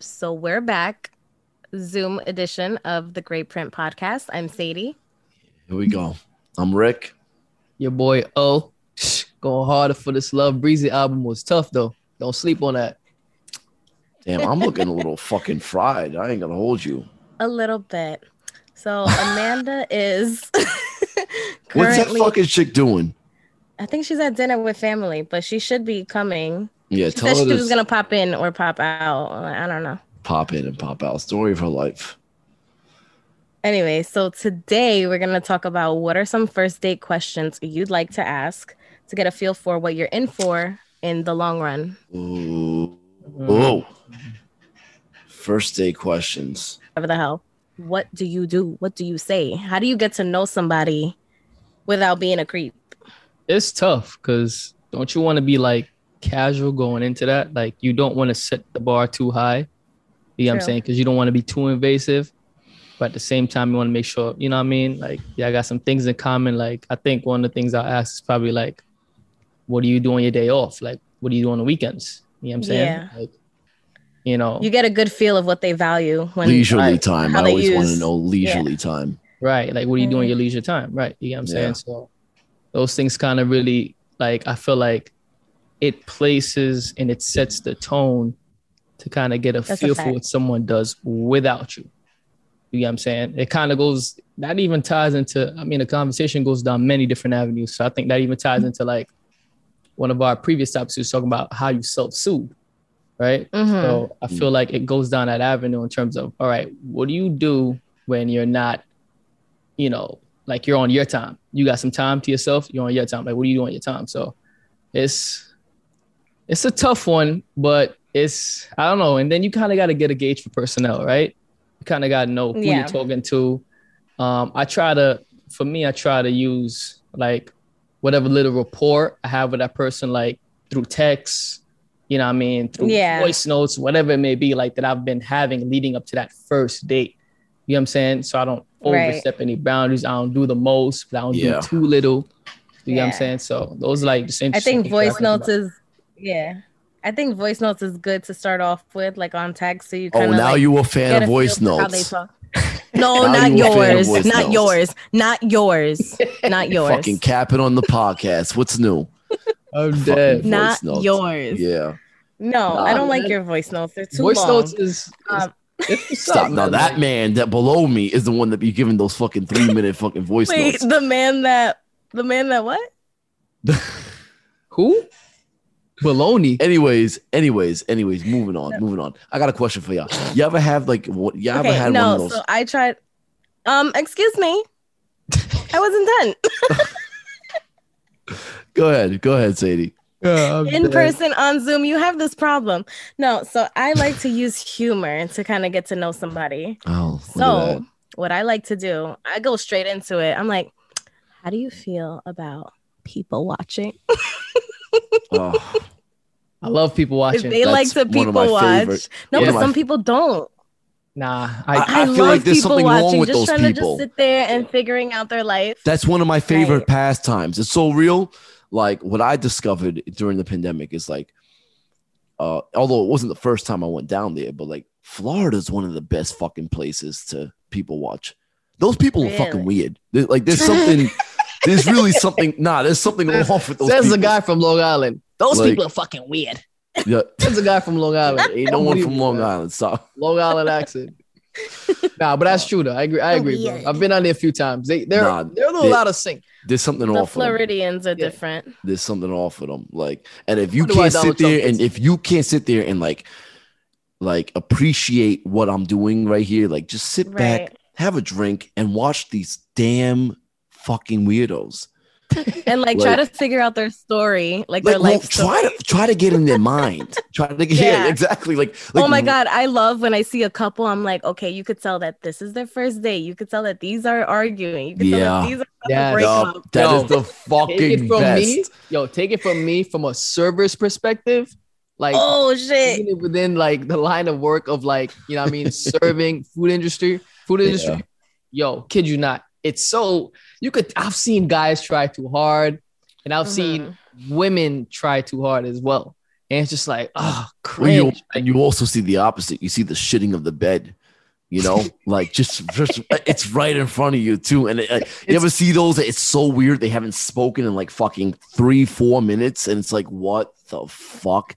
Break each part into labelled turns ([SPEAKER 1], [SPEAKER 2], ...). [SPEAKER 1] So we're back. Zoom edition of the Great Print Podcast. I'm Sadie.
[SPEAKER 2] Here we go. I'm Rick.
[SPEAKER 3] Your boy O. Going harder for this Love Breezy album was tough though. Don't sleep on that.
[SPEAKER 2] Damn, I'm looking a little fucking fried. I ain't gonna hold you.
[SPEAKER 1] A little bit. So Amanda is
[SPEAKER 2] What's that
[SPEAKER 1] currently
[SPEAKER 2] fucking chick doing?
[SPEAKER 1] I think she's at dinner with family, but she should be coming.
[SPEAKER 2] Yeah,
[SPEAKER 1] She
[SPEAKER 2] tell
[SPEAKER 1] said
[SPEAKER 2] her
[SPEAKER 1] she
[SPEAKER 2] to
[SPEAKER 1] was gonna pop in or pop out. I don't know.
[SPEAKER 2] pop in and pop out. Story of her life.
[SPEAKER 1] Anyway, so today we're going to talk about what are some first date questions you'd like to ask to get a feel for what you're in for in the long run.
[SPEAKER 2] Ooh. Ooh. First day questions.
[SPEAKER 1] Whatever the hell. What do you do? What do you say? How do you get to know somebody without being a creep?
[SPEAKER 3] It's tough because don't you want to be like casual going into that? Like you don't want to set the bar too high. You know what I'm
[SPEAKER 1] True.
[SPEAKER 3] saying? Because you don't want to be too invasive. But at the same time, you want to make sure, you know what I mean? Like, yeah, I got some things in common. Like, I think one of the things I'll ask is probably like, what do you do on your day off? Like, what do you do on the weekends? You know what I'm saying?
[SPEAKER 1] Yeah.
[SPEAKER 3] Like, you know,
[SPEAKER 1] You get a good feel of what they value when
[SPEAKER 2] leisurely
[SPEAKER 3] I-
[SPEAKER 2] time.
[SPEAKER 1] how
[SPEAKER 2] I
[SPEAKER 1] they
[SPEAKER 2] always want to
[SPEAKER 1] use-
[SPEAKER 2] know leisurely time.
[SPEAKER 3] Right. Like, what do you do in
[SPEAKER 1] Mhm.
[SPEAKER 3] your leisure time? Right. You know what I'm
[SPEAKER 2] Yeah.
[SPEAKER 3] saying? So those things kind of really like I feel like it places and it sets the tone to kind of get a
[SPEAKER 1] That's a
[SPEAKER 3] feel for
[SPEAKER 1] fact.
[SPEAKER 3] what someone does without you. You know what I'm saying? It kind of goes that even ties into I mean the conversation goes down many different avenues. So I think that even ties into like one of our previous topics we was talking about how you self-soothe, right?
[SPEAKER 1] Mhm.
[SPEAKER 3] So I feel like it goes down that avenue in terms of, all right, what do you do when you're not, you know, like you're on your time? You got some time to yourself. You're on your time. Like, what do you do on your time? So it's it's a tough one, but it's I don't know. And then you kind of got to get a gauge for personnel, right? You kind of got to know who
[SPEAKER 1] Yeah.
[SPEAKER 3] you're talking to. Um, I try to, for me, I try to use like whatever little rapport I have with that person, like through text, you know what I mean? Through
[SPEAKER 1] Yeah.
[SPEAKER 3] voice notes, whatever it may be, like that I've been having leading up to that first date. You know what I'm saying? So I don't
[SPEAKER 1] Right.
[SPEAKER 3] overstep any boundaries. I don't do the most, but I don't
[SPEAKER 2] Yeah.
[SPEAKER 3] do too little. You know
[SPEAKER 1] Yeah.
[SPEAKER 3] what I'm saying? So those are like the same.
[SPEAKER 1] I think
[SPEAKER 3] things
[SPEAKER 1] voice
[SPEAKER 3] that
[SPEAKER 1] notes
[SPEAKER 3] I-
[SPEAKER 1] is, yeah. I think voice notes is good to start off with, like on text. So you
[SPEAKER 2] Oh,
[SPEAKER 1] kind of
[SPEAKER 2] now
[SPEAKER 1] like,
[SPEAKER 2] you a
[SPEAKER 1] get
[SPEAKER 2] fan
[SPEAKER 1] a
[SPEAKER 2] of
[SPEAKER 1] feel
[SPEAKER 2] voice
[SPEAKER 1] for how they
[SPEAKER 2] notes.
[SPEAKER 1] talk. No,
[SPEAKER 2] Now
[SPEAKER 1] not
[SPEAKER 2] you a fan of
[SPEAKER 1] yours.
[SPEAKER 2] voice
[SPEAKER 1] Not
[SPEAKER 2] notes.
[SPEAKER 1] yours. Not yours. Not yours.
[SPEAKER 2] Fucking capping on the podcast. What's new?
[SPEAKER 3] I'm
[SPEAKER 2] Fucking
[SPEAKER 3] dead.
[SPEAKER 2] voice
[SPEAKER 1] Not
[SPEAKER 2] notes.
[SPEAKER 1] yours.
[SPEAKER 2] Yeah.
[SPEAKER 1] No,
[SPEAKER 2] Nah,
[SPEAKER 1] I don't
[SPEAKER 3] man.
[SPEAKER 1] like your voice notes. They're too
[SPEAKER 3] Voice
[SPEAKER 1] long.
[SPEAKER 3] notes is
[SPEAKER 1] Um,
[SPEAKER 3] it's-
[SPEAKER 2] Stop. Now
[SPEAKER 3] man.
[SPEAKER 2] that man that below me is the one that be giving those fucking three minute fucking voice
[SPEAKER 1] Wait,
[SPEAKER 2] notes.
[SPEAKER 1] the man that the man that what?
[SPEAKER 3] who? Baloney.
[SPEAKER 2] Anyways, anyways, anyways, moving on, moving on. I got a question for y'all. You ever have like what you ever
[SPEAKER 1] Okay,
[SPEAKER 2] had one
[SPEAKER 1] no.
[SPEAKER 2] of those?
[SPEAKER 1] So I tried. Um, excuse me. I wasn't done.
[SPEAKER 2] Go ahead, go ahead, Sadie.
[SPEAKER 3] Yeah, I'm
[SPEAKER 1] In
[SPEAKER 3] dead.
[SPEAKER 1] person on Zoom, you have this problem. No, so I like to use humor to kind of get to know somebody.
[SPEAKER 2] Oh, look at that.
[SPEAKER 1] So what I like to do, I go straight into it. I'm like, how do you feel about people watching?
[SPEAKER 2] Oh,
[SPEAKER 3] I love people
[SPEAKER 1] If
[SPEAKER 3] watching.
[SPEAKER 1] they
[SPEAKER 2] That's
[SPEAKER 1] like to
[SPEAKER 2] one of
[SPEAKER 1] people
[SPEAKER 2] my
[SPEAKER 1] watch.
[SPEAKER 2] favorite.
[SPEAKER 1] No,
[SPEAKER 3] Yeah.
[SPEAKER 1] but some people don't.
[SPEAKER 3] nah, I,
[SPEAKER 2] I- I feel like there's something wrong with
[SPEAKER 1] just
[SPEAKER 2] those
[SPEAKER 1] trying to
[SPEAKER 2] people.
[SPEAKER 1] just sit there and figuring out their life.
[SPEAKER 2] that's one of my favorite
[SPEAKER 1] Right.
[SPEAKER 2] pastimes. It's so real. Like what I discovered during the pandemic is like, uh, although it wasn't the first time I went down there, but like Florida's one of the best fucking places to people watch. Those people are fucking weird. They're- like there's something, there's really something. Nah, there's something off with those.
[SPEAKER 3] says the
[SPEAKER 2] people.
[SPEAKER 3] guy from Long Island. Those
[SPEAKER 2] Like-
[SPEAKER 3] people are fucking weird.
[SPEAKER 2] Yeah.
[SPEAKER 3] That's a guy from Long Island.
[SPEAKER 2] Ain't no one from Long
[SPEAKER 3] Unbelievable.
[SPEAKER 2] Island. Stop.
[SPEAKER 3] Long Island accent. nah, but that's true though. I agree. I
[SPEAKER 1] So
[SPEAKER 3] agree. Bro.
[SPEAKER 1] weird.
[SPEAKER 3] I've been on there a few times. They they're
[SPEAKER 2] Nah,
[SPEAKER 3] they're a little
[SPEAKER 2] they-
[SPEAKER 3] out of sync.
[SPEAKER 2] There's something
[SPEAKER 1] the
[SPEAKER 2] off with 'em.
[SPEAKER 1] Floridians are
[SPEAKER 3] Yeah.
[SPEAKER 1] different.
[SPEAKER 2] There's something off with them. Like, and if you
[SPEAKER 3] Wonder why
[SPEAKER 2] can't
[SPEAKER 3] Donald
[SPEAKER 2] sit there
[SPEAKER 3] Trump
[SPEAKER 2] and if you can't sit there and like like appreciate what I'm doing right here, like just sit
[SPEAKER 1] Right.
[SPEAKER 2] back, have a drink, and watch these damn fucking weirdos.
[SPEAKER 1] And like, try to figure out their story, like,
[SPEAKER 2] Like,
[SPEAKER 1] their
[SPEAKER 2] well,
[SPEAKER 1] life story.
[SPEAKER 2] try to try to get in their mind. try to get yeah.
[SPEAKER 1] Yeah.
[SPEAKER 2] exactly. Like, like
[SPEAKER 1] oh my god, I love when I see a couple. I'm like, okay, you could tell that this is their first date. You could tell that these are arguing. You could tell
[SPEAKER 2] Yeah.
[SPEAKER 1] that these are
[SPEAKER 3] Yeah.
[SPEAKER 1] break
[SPEAKER 2] yup,
[SPEAKER 1] up.
[SPEAKER 2] that
[SPEAKER 3] Yo,
[SPEAKER 2] is the
[SPEAKER 3] Take it
[SPEAKER 2] fucking
[SPEAKER 3] from
[SPEAKER 2] best.
[SPEAKER 3] me, yo. Take it from me, from a server's perspective, like
[SPEAKER 1] oh shit.
[SPEAKER 3] even within like the line of work of like you know what I mean serving food industry, food industry. Yo, kid you not, it's so you could. I've seen guys try too hard, and I've seen
[SPEAKER 1] Mhm.
[SPEAKER 3] women try too hard as well. And it's just like, oh,
[SPEAKER 2] Well, you,
[SPEAKER 3] cringe.
[SPEAKER 2] and you also see the opposite. You see the shitting of the bed. You know, like just, just it's right in front of you too. And it, like, you ever see those? It's so weird. They haven't spoken in like fucking three, four minutes, and it's like, what the fuck?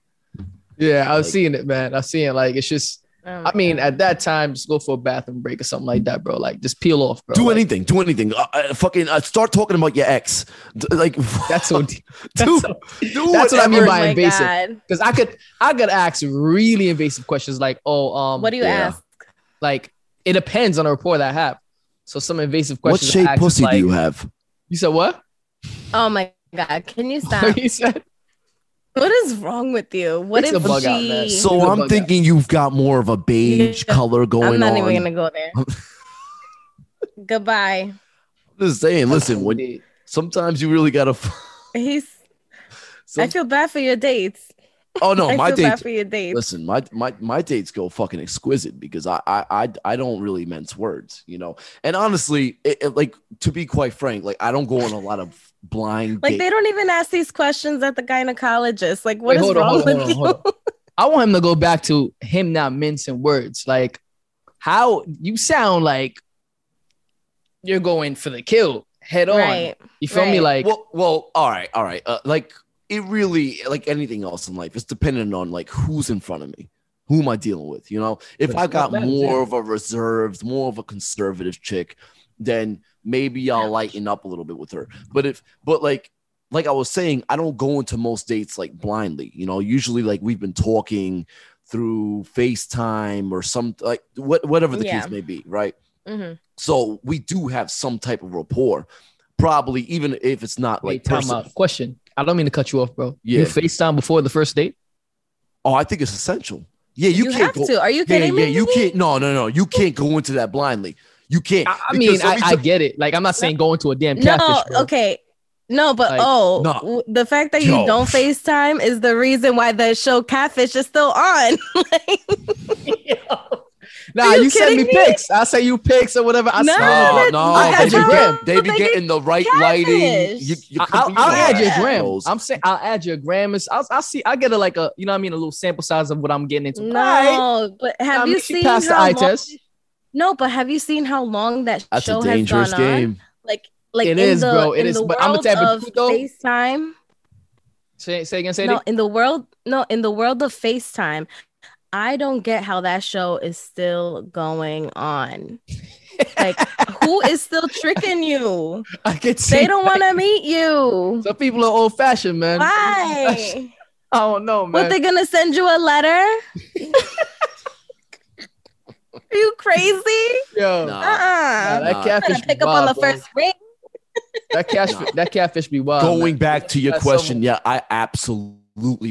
[SPEAKER 3] yeah, I've
[SPEAKER 2] Like-
[SPEAKER 3] seen it, man. I've seen it. Like, it's just,
[SPEAKER 1] Mm-hmm.
[SPEAKER 3] I mean, at that time, just go for a bathroom break or something like that, bro. Like, just peel off, bro.
[SPEAKER 2] do
[SPEAKER 3] Like,
[SPEAKER 2] anything. Do anything. Uh, uh, fucking uh, start talking about your ex. D- like
[SPEAKER 3] That's so deep.
[SPEAKER 2] do,
[SPEAKER 3] That's so
[SPEAKER 2] do
[SPEAKER 3] that's what I mean
[SPEAKER 1] Oh
[SPEAKER 2] whatever.
[SPEAKER 3] by invasive. because I could I could ask really invasive questions like, oh, um,
[SPEAKER 1] What do you
[SPEAKER 2] Yeah.
[SPEAKER 1] ask?
[SPEAKER 3] like? It depends on the report that I have. So some invasive
[SPEAKER 2] What
[SPEAKER 3] questions. I
[SPEAKER 2] shape
[SPEAKER 3] ask is
[SPEAKER 2] pussy
[SPEAKER 3] like,
[SPEAKER 2] do you have?
[SPEAKER 3] You said what?
[SPEAKER 1] Oh my god, can you stop?
[SPEAKER 3] What you said?
[SPEAKER 1] what is wrong with you? What
[SPEAKER 3] It's
[SPEAKER 1] is
[SPEAKER 3] a bug out,
[SPEAKER 1] she?
[SPEAKER 2] So
[SPEAKER 3] man. He's a bug
[SPEAKER 2] I'm
[SPEAKER 3] out.
[SPEAKER 2] thinking you've got more of a beige
[SPEAKER 1] Yeah,
[SPEAKER 2] color going
[SPEAKER 1] I'm not
[SPEAKER 2] on.
[SPEAKER 1] even gonna go there. Goodbye.
[SPEAKER 2] I'm just saying. Listen, when sometimes you really gotta. f-
[SPEAKER 1] He's. I
[SPEAKER 2] Some,
[SPEAKER 1] feel bad for your dates.
[SPEAKER 2] oh no,
[SPEAKER 1] I
[SPEAKER 2] my
[SPEAKER 1] feel
[SPEAKER 2] dates.
[SPEAKER 1] bad for your dates.
[SPEAKER 2] Listen, my my my dates go fucking exquisite because I I I, I don't really mince words, you know. And honestly, it, it- like to be quite frank, like I don't go on a lot of blind
[SPEAKER 1] Like
[SPEAKER 2] dates.
[SPEAKER 1] they don't even ask these questions at the gynecologist. Like what is
[SPEAKER 3] hold on,
[SPEAKER 1] wrong
[SPEAKER 3] hold on,
[SPEAKER 1] with
[SPEAKER 3] hold on, hold on. I want him to go back to him not mincing words. Like, how you sound like you're going for the kill head
[SPEAKER 1] you?
[SPEAKER 3] on.
[SPEAKER 1] Right.
[SPEAKER 3] You feel me?
[SPEAKER 1] right.
[SPEAKER 3] Like,
[SPEAKER 2] well, well, all right, all right. Uh, like it really, like anything else in life, it's dependent on like who's in front of me. Who am I dealing with? You know, if
[SPEAKER 3] But
[SPEAKER 2] I
[SPEAKER 3] it's
[SPEAKER 2] got
[SPEAKER 3] not bad,
[SPEAKER 2] more
[SPEAKER 3] yeah.
[SPEAKER 2] of a reserved, more of a conservative chick, then maybe I'll lighten up a little bit with her. But if, but like, like I was saying, I don't go into most dates like blindly. You know, usually like we've been talking through FaceTime or some like what whatever the
[SPEAKER 1] Yeah.
[SPEAKER 2] case may be, right?
[SPEAKER 1] Mhm.
[SPEAKER 2] So we do have some type of rapport, probably even if it's not like
[SPEAKER 3] wait, time
[SPEAKER 2] person-
[SPEAKER 3] out. Question. I don't mean to cut you off, bro.
[SPEAKER 2] Yeah.
[SPEAKER 3] You FaceTime before the first date?
[SPEAKER 2] Oh, I think it's essential. Yeah,
[SPEAKER 1] You,
[SPEAKER 2] you, can't
[SPEAKER 1] have
[SPEAKER 2] go.
[SPEAKER 1] to. Are you
[SPEAKER 2] Yeah,
[SPEAKER 1] kidding
[SPEAKER 2] yeah,
[SPEAKER 1] me?
[SPEAKER 2] you can't. No, no, no. You can't go into that blindly. You can't.
[SPEAKER 3] I, I
[SPEAKER 2] Because
[SPEAKER 3] mean,
[SPEAKER 2] let
[SPEAKER 3] I,
[SPEAKER 2] me
[SPEAKER 3] I
[SPEAKER 2] tell-
[SPEAKER 3] get it. Like, I'm not saying go into a damn catfish.
[SPEAKER 1] No.
[SPEAKER 3] bro.
[SPEAKER 1] Okay. No, but
[SPEAKER 3] Like,
[SPEAKER 1] oh,
[SPEAKER 2] no.
[SPEAKER 1] w- the fact that you
[SPEAKER 2] Yo.
[SPEAKER 1] don't FaceTime is the reason why the show Catfish is still on. like,
[SPEAKER 3] Nah,
[SPEAKER 1] Are
[SPEAKER 3] you,
[SPEAKER 1] you
[SPEAKER 3] send me
[SPEAKER 1] kidding me?
[SPEAKER 3] pics. I say you pics or whatever. I
[SPEAKER 1] No,
[SPEAKER 3] swear.
[SPEAKER 2] no,
[SPEAKER 1] that's-
[SPEAKER 2] no,
[SPEAKER 3] I'll
[SPEAKER 2] they
[SPEAKER 3] add
[SPEAKER 2] be,
[SPEAKER 3] your gram.
[SPEAKER 2] get- they be
[SPEAKER 1] But they
[SPEAKER 2] getting the right
[SPEAKER 1] catfish.
[SPEAKER 2] lighting. You, you
[SPEAKER 3] I'll,
[SPEAKER 2] could be
[SPEAKER 3] I'll
[SPEAKER 2] like
[SPEAKER 3] add your
[SPEAKER 1] Yeah.
[SPEAKER 3] gram.
[SPEAKER 2] those.
[SPEAKER 3] I'm saying I'll add your gram. It's- I'll, I'll see. I get a like a you know what I mean a little sample size of what I'm getting into.
[SPEAKER 1] no,
[SPEAKER 3] Alright.
[SPEAKER 1] but
[SPEAKER 3] I
[SPEAKER 1] have
[SPEAKER 3] mean,
[SPEAKER 1] you
[SPEAKER 3] Um, she
[SPEAKER 1] seen
[SPEAKER 3] passed the
[SPEAKER 1] how
[SPEAKER 3] eye
[SPEAKER 1] long-
[SPEAKER 3] test.
[SPEAKER 1] No, but have you seen how long that
[SPEAKER 2] That's
[SPEAKER 1] show
[SPEAKER 2] a dangerous
[SPEAKER 1] has gone on?
[SPEAKER 2] game.
[SPEAKER 1] Like, like in
[SPEAKER 3] It is,
[SPEAKER 1] the,
[SPEAKER 3] bro. It
[SPEAKER 1] in
[SPEAKER 3] is,
[SPEAKER 1] the
[SPEAKER 3] but I'ma
[SPEAKER 1] world
[SPEAKER 3] tell you, but
[SPEAKER 1] of
[SPEAKER 3] you know-
[SPEAKER 1] FaceTime.
[SPEAKER 3] Say, say again, say
[SPEAKER 1] No, in the world, no, in the world of FaceTime, I don't get how that show is still going on. Like, who is still tricking you?
[SPEAKER 3] I can see.
[SPEAKER 1] They don't want to meet you.
[SPEAKER 3] Some people are old fashioned, man.
[SPEAKER 1] Why?
[SPEAKER 3] I don't know, man.
[SPEAKER 1] What they gonna send you a letter? Are you crazy?
[SPEAKER 3] Yo,
[SPEAKER 2] Nah.
[SPEAKER 1] Uh uh-uh.
[SPEAKER 3] nah, that
[SPEAKER 2] Nah.
[SPEAKER 1] I'm
[SPEAKER 3] catfish
[SPEAKER 1] gonna pick
[SPEAKER 3] be
[SPEAKER 1] up on
[SPEAKER 3] wild,
[SPEAKER 1] the
[SPEAKER 3] bro.
[SPEAKER 1] first ring.
[SPEAKER 3] That catfish,
[SPEAKER 2] Nah.
[SPEAKER 3] that catfish be wild. man.
[SPEAKER 2] Going back to your
[SPEAKER 3] That's
[SPEAKER 2] question,
[SPEAKER 3] someone-
[SPEAKER 2] yeah, I absolutely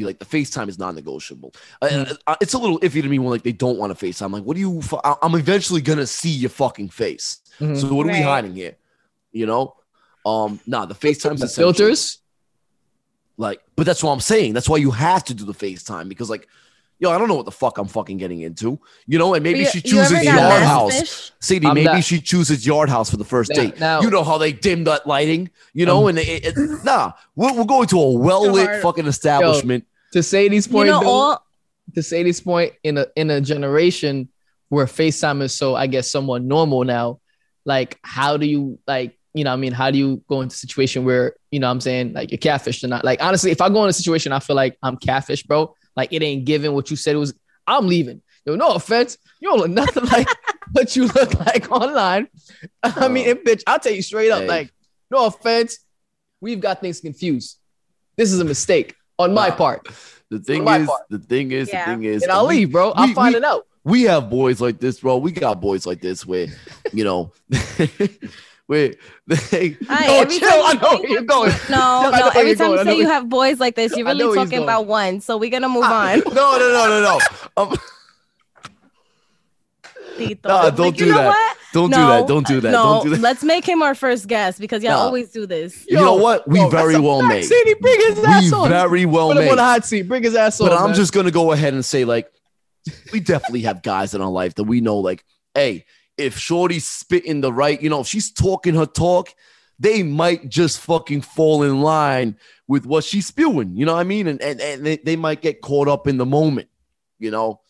[SPEAKER 2] like the FaceTime is non-negotiable.
[SPEAKER 3] Hmm.
[SPEAKER 2] And uh, it's a little iffy to me when like they don't want to FaceTime. Like, what do you? Fu- I- I'm eventually gonna see your fucking face.
[SPEAKER 3] Mhm.
[SPEAKER 2] So what are we
[SPEAKER 1] Right.
[SPEAKER 2] hiding here? You know, um, nah, the FaceTime's
[SPEAKER 3] The
[SPEAKER 2] essential.
[SPEAKER 3] filters.
[SPEAKER 2] Like, but that's what I'm saying. That's why you have to do the FaceTime because like, yo, I don't know what the fuck I'm fucking getting into. You know, and maybe
[SPEAKER 1] You-
[SPEAKER 2] she
[SPEAKER 1] you ever
[SPEAKER 2] chooses
[SPEAKER 1] got
[SPEAKER 2] Yard
[SPEAKER 1] Mass
[SPEAKER 2] House.
[SPEAKER 1] Fish?
[SPEAKER 2] Sadie,
[SPEAKER 3] I'm
[SPEAKER 2] maybe
[SPEAKER 3] not-
[SPEAKER 2] she chooses Yard House for the first
[SPEAKER 3] Now-
[SPEAKER 2] date.
[SPEAKER 3] now-
[SPEAKER 2] you know how they dim that lighting, you know,
[SPEAKER 3] Um,
[SPEAKER 2] and it, it, nah, we're, we're going to a well lit
[SPEAKER 1] hard.
[SPEAKER 2] fucking establishment.
[SPEAKER 3] To Sadie's
[SPEAKER 1] You
[SPEAKER 3] point,
[SPEAKER 1] know
[SPEAKER 3] though,
[SPEAKER 1] all.
[SPEAKER 3] to Sadie's point, in a in a generation where FaceTime is so, I guess, somewhat normal now, like how do you like, you know, what I mean, how do you go into a situation where, you know, what I'm saying like you're catfished or not? Like honestly, if I go in a situation, I feel like I'm catfish, bro. Like it ain't given what you said it was. I'm leaving. Yo, no offense, you don't look nothing like what you look like online. I mean, and bitch, I'll tell you straight up,
[SPEAKER 2] Oh. Hey.
[SPEAKER 3] like, no offense, we've got things confused. This is a mistake on my
[SPEAKER 2] Nah.
[SPEAKER 3] part,
[SPEAKER 2] The thing
[SPEAKER 3] my
[SPEAKER 2] is,
[SPEAKER 3] part.
[SPEAKER 2] the thing is,
[SPEAKER 1] Yeah.
[SPEAKER 2] the thing is,
[SPEAKER 3] and I'll
[SPEAKER 2] we-
[SPEAKER 3] leave, bro. I'll
[SPEAKER 2] we-
[SPEAKER 3] find
[SPEAKER 2] we-
[SPEAKER 3] it out.
[SPEAKER 2] we have boys like this, bro. We got boys like this where, you know, where they
[SPEAKER 1] Aight,
[SPEAKER 3] No,
[SPEAKER 1] every
[SPEAKER 3] chill.
[SPEAKER 1] time
[SPEAKER 3] I
[SPEAKER 1] you
[SPEAKER 3] know
[SPEAKER 1] say
[SPEAKER 3] where
[SPEAKER 1] you
[SPEAKER 3] you're going.
[SPEAKER 1] No,
[SPEAKER 3] I
[SPEAKER 1] no.
[SPEAKER 3] know where
[SPEAKER 1] Every
[SPEAKER 3] you're
[SPEAKER 1] time
[SPEAKER 3] going. I
[SPEAKER 1] you
[SPEAKER 3] know
[SPEAKER 1] say you
[SPEAKER 3] where-
[SPEAKER 1] have boys like this, you're
[SPEAKER 3] I know
[SPEAKER 1] really
[SPEAKER 3] where he's
[SPEAKER 1] talking
[SPEAKER 3] going.
[SPEAKER 1] about one. So we're gonna move on.
[SPEAKER 2] No, no, no, no, no. Um,
[SPEAKER 1] Tito.
[SPEAKER 2] Nah,
[SPEAKER 1] Like,
[SPEAKER 2] don't
[SPEAKER 1] you
[SPEAKER 2] do
[SPEAKER 1] know
[SPEAKER 2] that.
[SPEAKER 1] what?
[SPEAKER 2] don't do
[SPEAKER 1] No,
[SPEAKER 2] that. Don't do that.
[SPEAKER 1] No,
[SPEAKER 2] don't do that.
[SPEAKER 1] let's make him our first guest because y'all
[SPEAKER 2] Nah.
[SPEAKER 1] always do this.
[SPEAKER 2] You know what? We
[SPEAKER 3] yo, that's
[SPEAKER 2] very
[SPEAKER 3] a
[SPEAKER 2] well
[SPEAKER 3] fact,
[SPEAKER 2] may.
[SPEAKER 3] Sadie, bring his
[SPEAKER 2] We
[SPEAKER 3] ass on.
[SPEAKER 2] very well
[SPEAKER 3] Put him
[SPEAKER 2] may.
[SPEAKER 3] on the hot seat. Bring his ass
[SPEAKER 2] But
[SPEAKER 3] on.
[SPEAKER 2] I'm
[SPEAKER 3] man.
[SPEAKER 2] just gonna go ahead and say, like, we definitely have guys in our life that we know, like, hey, if Shorty's spitting the right, you know, if she's talking her talk, they might just fucking fall in line with what she's spewing. You know what I mean? And and, and they, they might get caught up in the moment, you know?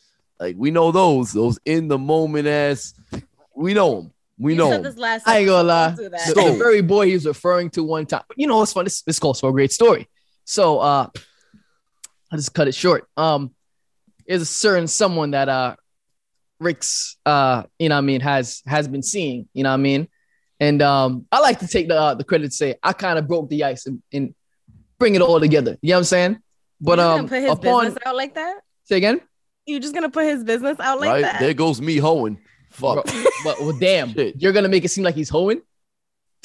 [SPEAKER 2] Like we know those, those in the moment ass, we know them. We
[SPEAKER 1] You
[SPEAKER 2] know
[SPEAKER 1] said
[SPEAKER 2] 'em.
[SPEAKER 1] this last
[SPEAKER 3] I ain't gonna lie.
[SPEAKER 1] do
[SPEAKER 3] So,
[SPEAKER 1] that.
[SPEAKER 2] So-
[SPEAKER 3] the very boy he was referring to one time. You know what's fun? This this calls for a great story. So uh I'll just cut it short. Um there's a certain someone that uh Rick's uh you know what I mean has has been seeing, you know what I mean? And um I like to take the uh, the credit to say I kind of broke the ice and, and bring it all together. You know what I'm saying? But
[SPEAKER 1] You gonna
[SPEAKER 3] um
[SPEAKER 1] put his
[SPEAKER 3] upon
[SPEAKER 1] business out like that.
[SPEAKER 3] say again?
[SPEAKER 1] You just gonna put his business out like
[SPEAKER 2] right?
[SPEAKER 1] that?
[SPEAKER 2] There goes me hoeing. Fuck.
[SPEAKER 3] Bro, but well damn,
[SPEAKER 2] Shit.
[SPEAKER 3] you're gonna make it seem like he's hoeing.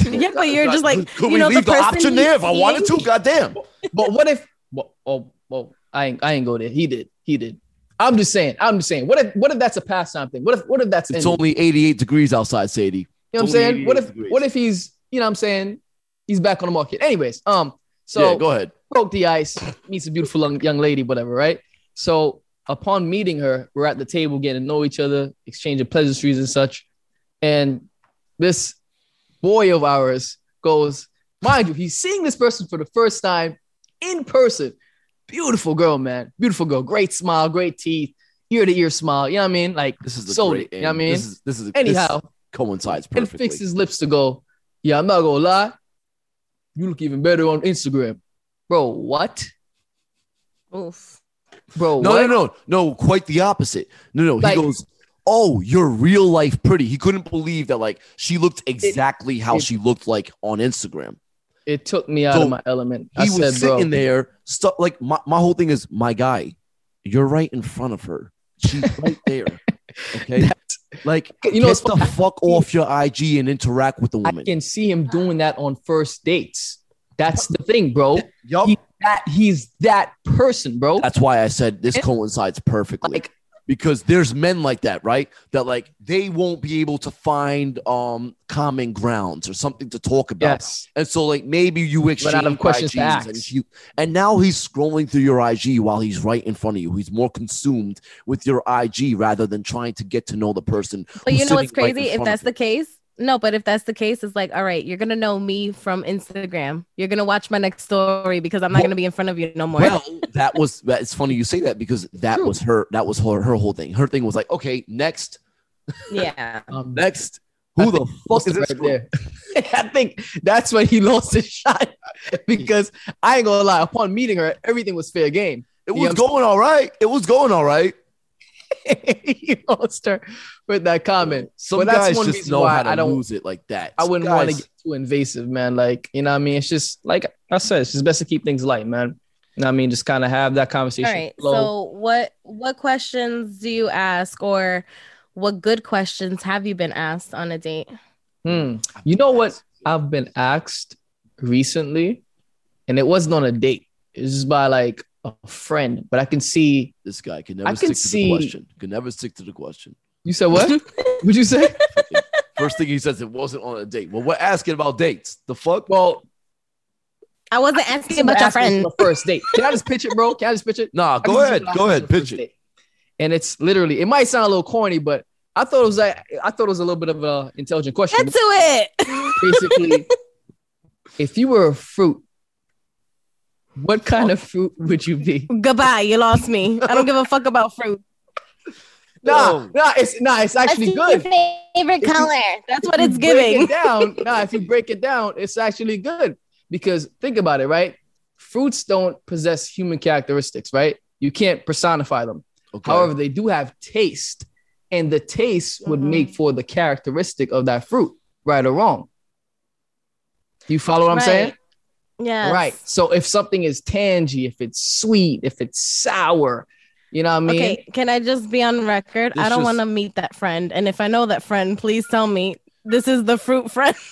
[SPEAKER 1] yeah, but you're just like,
[SPEAKER 2] could
[SPEAKER 1] you
[SPEAKER 2] we
[SPEAKER 1] know,
[SPEAKER 2] leave
[SPEAKER 1] the,
[SPEAKER 2] the,
[SPEAKER 1] person
[SPEAKER 2] option
[SPEAKER 1] he's
[SPEAKER 2] there if I wanted
[SPEAKER 1] seeing-
[SPEAKER 2] to? Goddamn.
[SPEAKER 3] But what if? Well, oh, well, I ain't, I ain't go there. He did, he did. I'm just saying, I'm just saying. What if, what if that's a pastime thing? What if, what if that's
[SPEAKER 2] It's
[SPEAKER 3] in-
[SPEAKER 2] only 88 degrees outside, Sadie.
[SPEAKER 3] you know what I'm
[SPEAKER 2] only
[SPEAKER 3] saying? What
[SPEAKER 2] 88
[SPEAKER 3] if,
[SPEAKER 2] degrees.
[SPEAKER 3] what if he's, you know, what I'm saying, he's back on the market. Anyways, um, so
[SPEAKER 2] So yeah, go ahead.
[SPEAKER 3] broke the ice, meets a beautiful young, young lady, whatever, right? So upon meeting her, we're at the table getting to know each other, exchanging pleasantries and such. And this boy of ours goes, mind you, he's seeing this person for the first time in person. Beautiful girl, man. Beautiful girl. Great smile, great teeth, ear to ear smile. You know what I mean? Like,
[SPEAKER 2] This is a
[SPEAKER 3] sold
[SPEAKER 2] great
[SPEAKER 3] it, you know what I
[SPEAKER 2] end.
[SPEAKER 3] mean?
[SPEAKER 2] This is this is
[SPEAKER 3] anyhow,
[SPEAKER 2] this coincides
[SPEAKER 3] and
[SPEAKER 2] perfectly.
[SPEAKER 3] fix his lips to go, yeah, I'm not gonna lie. You look even better on Instagram. Bro, what?
[SPEAKER 1] Oof.
[SPEAKER 3] Bro,
[SPEAKER 2] no,
[SPEAKER 3] what?
[SPEAKER 2] no, no, no, quite the opposite. No, no,
[SPEAKER 3] Like-
[SPEAKER 2] he goes, "Oh, you're real life pretty." He couldn't believe that, like, she looked exactly how
[SPEAKER 3] it-
[SPEAKER 2] she looked like on Instagram.
[SPEAKER 3] It took me out
[SPEAKER 2] So,
[SPEAKER 3] of my element.
[SPEAKER 2] He
[SPEAKER 3] I
[SPEAKER 2] was
[SPEAKER 3] said, bro,
[SPEAKER 2] sitting there, stuck. Like, my, my whole thing is, my guy, you're right in front of her. She's right there. Okay,
[SPEAKER 3] that's-
[SPEAKER 2] like,
[SPEAKER 3] you
[SPEAKER 2] you
[SPEAKER 3] know,
[SPEAKER 2] know,
[SPEAKER 3] it's
[SPEAKER 2] get the fuck off your IG and interact with the
[SPEAKER 3] I
[SPEAKER 2] woman.
[SPEAKER 3] can see him doing that on first dates. That's the thing, bro.
[SPEAKER 2] Yup.
[SPEAKER 3] He- That he's that person, bro.
[SPEAKER 2] That's why I said this
[SPEAKER 3] And-
[SPEAKER 2] coincides perfectly.
[SPEAKER 3] Like-
[SPEAKER 2] because there's men like that, right? That like they won't be able to find um common grounds or something to talk about.
[SPEAKER 3] Yes.
[SPEAKER 2] And so like maybe you exchange
[SPEAKER 3] out of questions to
[SPEAKER 2] IGs
[SPEAKER 3] ask.
[SPEAKER 2] and you and now he's scrolling through your IG while he's right in front of you. He's more consumed with your IG rather than trying to get to know the person.
[SPEAKER 1] But
[SPEAKER 2] who's
[SPEAKER 1] you know what's
[SPEAKER 2] sitting right in
[SPEAKER 1] crazy? if
[SPEAKER 2] front of
[SPEAKER 1] that's
[SPEAKER 2] you.
[SPEAKER 1] the case, no, but if that's the case, it's like, all right, you're gonna know me from Instagram. You're gonna watch my next story because I'm not
[SPEAKER 2] Well-
[SPEAKER 1] gonna be in front of you no more.
[SPEAKER 2] Well, that was that. It's funny you say that because that
[SPEAKER 3] True.
[SPEAKER 2] was her. That was her. Her whole thing. Her thing was like, okay, next,
[SPEAKER 1] yeah.
[SPEAKER 3] Um,
[SPEAKER 2] next.
[SPEAKER 3] I
[SPEAKER 2] Who the fuck
[SPEAKER 3] lost
[SPEAKER 2] is
[SPEAKER 3] it
[SPEAKER 2] this?
[SPEAKER 3] right there. I think that's when he lost his shot because I ain't gonna lie. Upon meeting her, everything was fair game.
[SPEAKER 2] It
[SPEAKER 3] You know
[SPEAKER 2] was
[SPEAKER 3] what I'm
[SPEAKER 2] going all right. It was going all right.
[SPEAKER 3] he lost her with that comment.
[SPEAKER 2] Some
[SPEAKER 3] But that's
[SPEAKER 2] guys
[SPEAKER 3] one
[SPEAKER 2] just
[SPEAKER 3] reason
[SPEAKER 2] know
[SPEAKER 3] why
[SPEAKER 2] how to
[SPEAKER 3] I don't-
[SPEAKER 2] lose it like that.
[SPEAKER 3] I
[SPEAKER 2] Some
[SPEAKER 3] wouldn't want to
[SPEAKER 2] guys-
[SPEAKER 3] get too invasive, man. Like, you know what I mean? It's just like I said, it's just best to keep things light, man. You know what I mean? Just kind of have that
[SPEAKER 1] All
[SPEAKER 3] conversation.
[SPEAKER 1] right.
[SPEAKER 3] flow.
[SPEAKER 1] So what what questions do you ask or what good questions have you been asked on a date?
[SPEAKER 3] Hmm. You know what I've been asked recently, and it wasn't on a date. It was just by like a friend, but I can see.
[SPEAKER 2] This guy can never
[SPEAKER 3] can
[SPEAKER 2] stick to
[SPEAKER 3] see-
[SPEAKER 2] the question. Can never stick to the question.
[SPEAKER 3] You said what? Would you say?
[SPEAKER 2] First thing he says, it wasn't on a date. Well, we're asking about dates. The fuck?
[SPEAKER 3] Well,
[SPEAKER 1] I wasn't asking about your
[SPEAKER 3] asked me for
[SPEAKER 1] friend.
[SPEAKER 3] a first date. Can I just pitch it, bro? Can I just pitch it?
[SPEAKER 2] Nah,
[SPEAKER 3] I
[SPEAKER 2] go
[SPEAKER 3] can
[SPEAKER 2] ahead.
[SPEAKER 3] see what
[SPEAKER 2] Go
[SPEAKER 3] I
[SPEAKER 2] ahead.
[SPEAKER 3] asked on the
[SPEAKER 2] Pitch
[SPEAKER 3] first
[SPEAKER 2] it.
[SPEAKER 3] date. And it's literally. It might sound a little corny, but I thought it was like I thought it was a little bit of a intelligent question.
[SPEAKER 1] Get to it.
[SPEAKER 3] basically, if you were a fruit, what kind of fruit would you be?
[SPEAKER 1] Goodbye. You lost me. I don't give a fuck about fruit.
[SPEAKER 3] Nah,
[SPEAKER 2] No.
[SPEAKER 3] nah, it's nah, it's actually
[SPEAKER 1] Let's
[SPEAKER 3] good.
[SPEAKER 1] see your favorite
[SPEAKER 3] If you-
[SPEAKER 1] color. That's what
[SPEAKER 3] If
[SPEAKER 1] it's
[SPEAKER 3] you break
[SPEAKER 1] giving.
[SPEAKER 3] it down, nah, if you break it down, it's actually good because think about it, right? Fruits don't possess human characteristics, right? You can't personify them.
[SPEAKER 2] Okay.
[SPEAKER 3] However, they do have taste, and the taste would
[SPEAKER 1] Mhm.
[SPEAKER 3] make for the characteristic of that fruit, right or wrong. You follow what I'm saying?
[SPEAKER 1] Yeah.
[SPEAKER 3] Right. So if something is tangy, if it's sweet, if it's sour, you know what I mean?
[SPEAKER 1] Okay. Can I just be on record?
[SPEAKER 2] This
[SPEAKER 1] I don't
[SPEAKER 2] just-
[SPEAKER 1] want to meet that friend. And if I know that friend, please tell me this is the fruit friend.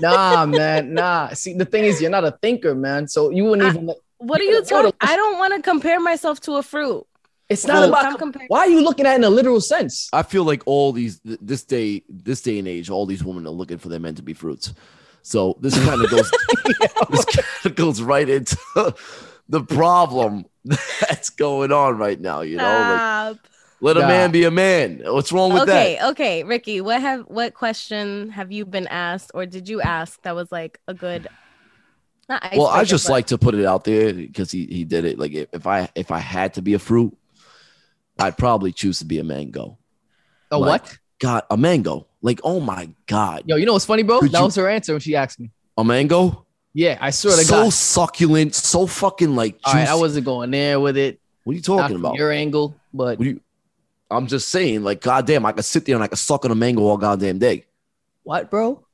[SPEAKER 3] Nah, man. Nah. See, the thing is, you're not a thinker, man. So you wouldn't
[SPEAKER 1] I-
[SPEAKER 3] even.
[SPEAKER 1] What are
[SPEAKER 3] You
[SPEAKER 1] you
[SPEAKER 3] don't know the-
[SPEAKER 1] talking? I don't want to compare myself to a fruit.
[SPEAKER 3] It's not
[SPEAKER 2] Well-
[SPEAKER 3] about.
[SPEAKER 1] I'm comparing.
[SPEAKER 3] why are you looking at it in a literal sense?
[SPEAKER 2] I feel like all these th- this day this day and age, all these women are looking for their men to be fruits. So this kind of goes this kind of goes right into
[SPEAKER 3] Ah,
[SPEAKER 2] the problem that's going on right now. You know, like,
[SPEAKER 1] Stop.
[SPEAKER 2] Let a
[SPEAKER 3] Nah.
[SPEAKER 2] man be a man. What's wrong with
[SPEAKER 1] okay,
[SPEAKER 2] that?
[SPEAKER 1] okay, Ricky. What have what question have you been asked, or did you ask that was like a good? Not
[SPEAKER 2] Well, I
[SPEAKER 1] icebreaker,
[SPEAKER 2] just
[SPEAKER 1] but-
[SPEAKER 2] like to put it out there because he, he did it. Like if if I if I had to be a fruit, I'd probably choose to be a mango.
[SPEAKER 3] A
[SPEAKER 2] Like-
[SPEAKER 3] what?
[SPEAKER 2] God, a mango. Like oh my god,
[SPEAKER 3] Yo, you know what's funny, bro?
[SPEAKER 2] Could
[SPEAKER 3] That
[SPEAKER 2] you-
[SPEAKER 3] was her answer when she asked me.
[SPEAKER 2] a mango.
[SPEAKER 3] Yeah, I swear to
[SPEAKER 2] So
[SPEAKER 3] God.
[SPEAKER 2] succulent, so fucking like
[SPEAKER 3] All
[SPEAKER 2] juicy.
[SPEAKER 3] right, I wasn't going there with it.
[SPEAKER 2] what are you
[SPEAKER 3] Not
[SPEAKER 2] talking
[SPEAKER 3] from
[SPEAKER 2] about?
[SPEAKER 3] your angle,
[SPEAKER 2] What
[SPEAKER 3] but
[SPEAKER 2] do you? I'm just saying, like goddamn, I could sit there and I could suck on a mango all goddamn day.
[SPEAKER 3] what, bro?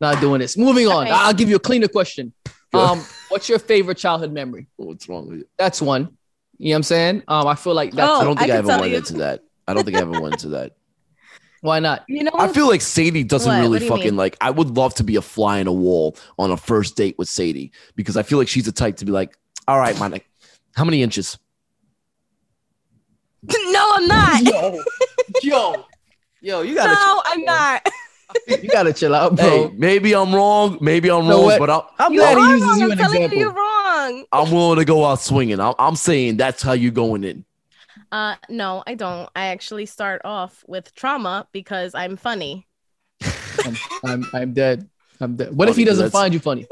[SPEAKER 3] Not doing this. Moving on.
[SPEAKER 1] Okay.
[SPEAKER 3] I'll give you a cleaner question.
[SPEAKER 2] Go.
[SPEAKER 3] Um, what's your favorite childhood memory?
[SPEAKER 2] What's wrong with you?
[SPEAKER 3] That's one. You know what I'm saying? Um, I feel like that's
[SPEAKER 1] Oh.
[SPEAKER 2] I don't think
[SPEAKER 1] I can
[SPEAKER 2] I, ever
[SPEAKER 1] tell
[SPEAKER 2] went
[SPEAKER 1] you.
[SPEAKER 2] into that. I don't think I ever went into that.
[SPEAKER 3] why not?
[SPEAKER 1] You know,
[SPEAKER 2] I
[SPEAKER 1] what?
[SPEAKER 2] feel like Sadie doesn't
[SPEAKER 1] What? What
[SPEAKER 2] really
[SPEAKER 1] do you
[SPEAKER 2] fucking
[SPEAKER 1] mean?
[SPEAKER 2] like. I would love to be a fly in a wall on a first date with Sadie because I feel like she's the type to be like, "All right, my neck, how many inches?"
[SPEAKER 1] no, I'm not.
[SPEAKER 3] Yo, yo, yo, you gotta,
[SPEAKER 1] no, I'm not.
[SPEAKER 3] you gotta chill out,
[SPEAKER 2] Hey,
[SPEAKER 3] bro.
[SPEAKER 2] maybe I'm wrong. Maybe I'm
[SPEAKER 3] know
[SPEAKER 2] wrong,
[SPEAKER 3] what?
[SPEAKER 2] but I'm,
[SPEAKER 3] I'm
[SPEAKER 1] You
[SPEAKER 3] glad
[SPEAKER 1] are
[SPEAKER 3] he uses
[SPEAKER 1] wrong.
[SPEAKER 3] you
[SPEAKER 1] I'm
[SPEAKER 3] an
[SPEAKER 1] telling
[SPEAKER 3] example.
[SPEAKER 1] you, you're wrong.
[SPEAKER 2] I'm willing to go out swinging. I'm, I'm saying that's how you going in.
[SPEAKER 1] Uh, no, I don't. I actually start off with trauma because I'm funny.
[SPEAKER 3] I'm, I'm, I'm dead. I'm dead. What if he
[SPEAKER 2] Funny,
[SPEAKER 3] doesn't
[SPEAKER 2] that's-
[SPEAKER 3] find you funny?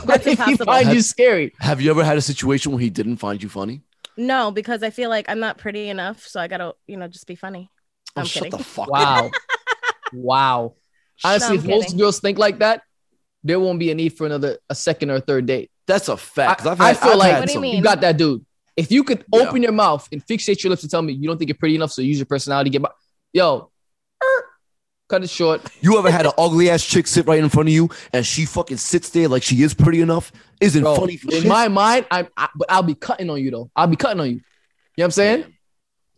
[SPEAKER 3] what
[SPEAKER 1] That's
[SPEAKER 3] if he
[SPEAKER 1] impossible.
[SPEAKER 3] finds you scary?
[SPEAKER 2] Have you ever had a situation where he didn't find you funny?
[SPEAKER 1] No, because I feel like I'm not pretty enough, so I gotta, you know, just be funny.
[SPEAKER 2] Oh,
[SPEAKER 1] I'm
[SPEAKER 2] shut
[SPEAKER 1] kidding.
[SPEAKER 2] the fuck up.
[SPEAKER 3] Wow, wow. Honestly,
[SPEAKER 1] No,
[SPEAKER 3] if
[SPEAKER 1] I'm
[SPEAKER 3] most
[SPEAKER 1] kidding.
[SPEAKER 3] girls think like that, there won't be a need for another a second or third date.
[SPEAKER 2] That's a fact. 'cause I've
[SPEAKER 3] I- I
[SPEAKER 2] had,
[SPEAKER 3] feel
[SPEAKER 2] I've
[SPEAKER 3] like-
[SPEAKER 2] had
[SPEAKER 1] What do you
[SPEAKER 2] some-
[SPEAKER 1] mean?
[SPEAKER 3] You got that, dude. If you could
[SPEAKER 2] Yeah.
[SPEAKER 3] open your mouth and fixate your lips and tell me you don't think you're pretty enough, so use your personality, get by. Yo, er, cut it short.
[SPEAKER 2] You ever had an ugly ass chick sit right in front of you and she fucking sits there like she is pretty enough? Isn't
[SPEAKER 3] Bro,
[SPEAKER 2] funny for
[SPEAKER 3] in
[SPEAKER 2] shit?
[SPEAKER 3] my mind, I'm, I, but I'll be cutting on you though. I'll be cutting on you. You know what I'm saying?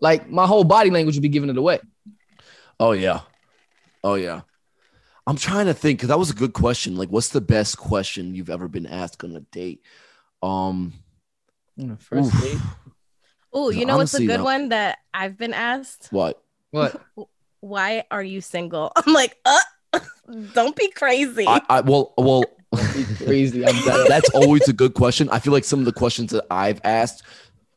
[SPEAKER 3] Like my whole body language would be giving it away.
[SPEAKER 2] Oh yeah. Oh yeah. I'm trying to think because that was a good question. Like, what's the best question you've ever been asked on a date? Um,
[SPEAKER 3] First
[SPEAKER 2] oof,
[SPEAKER 3] date.
[SPEAKER 1] Oh, you know what's a
[SPEAKER 2] Honestly,
[SPEAKER 1] good
[SPEAKER 2] no.
[SPEAKER 1] one that I've been asked?
[SPEAKER 2] what?
[SPEAKER 3] What?
[SPEAKER 1] Why are you single? I'm like, uh, don't be crazy.
[SPEAKER 2] I, I well, well,
[SPEAKER 3] Crazy. I'm
[SPEAKER 2] that-
[SPEAKER 3] dead.
[SPEAKER 2] that's always a good question. I feel like some of the questions that I've asked,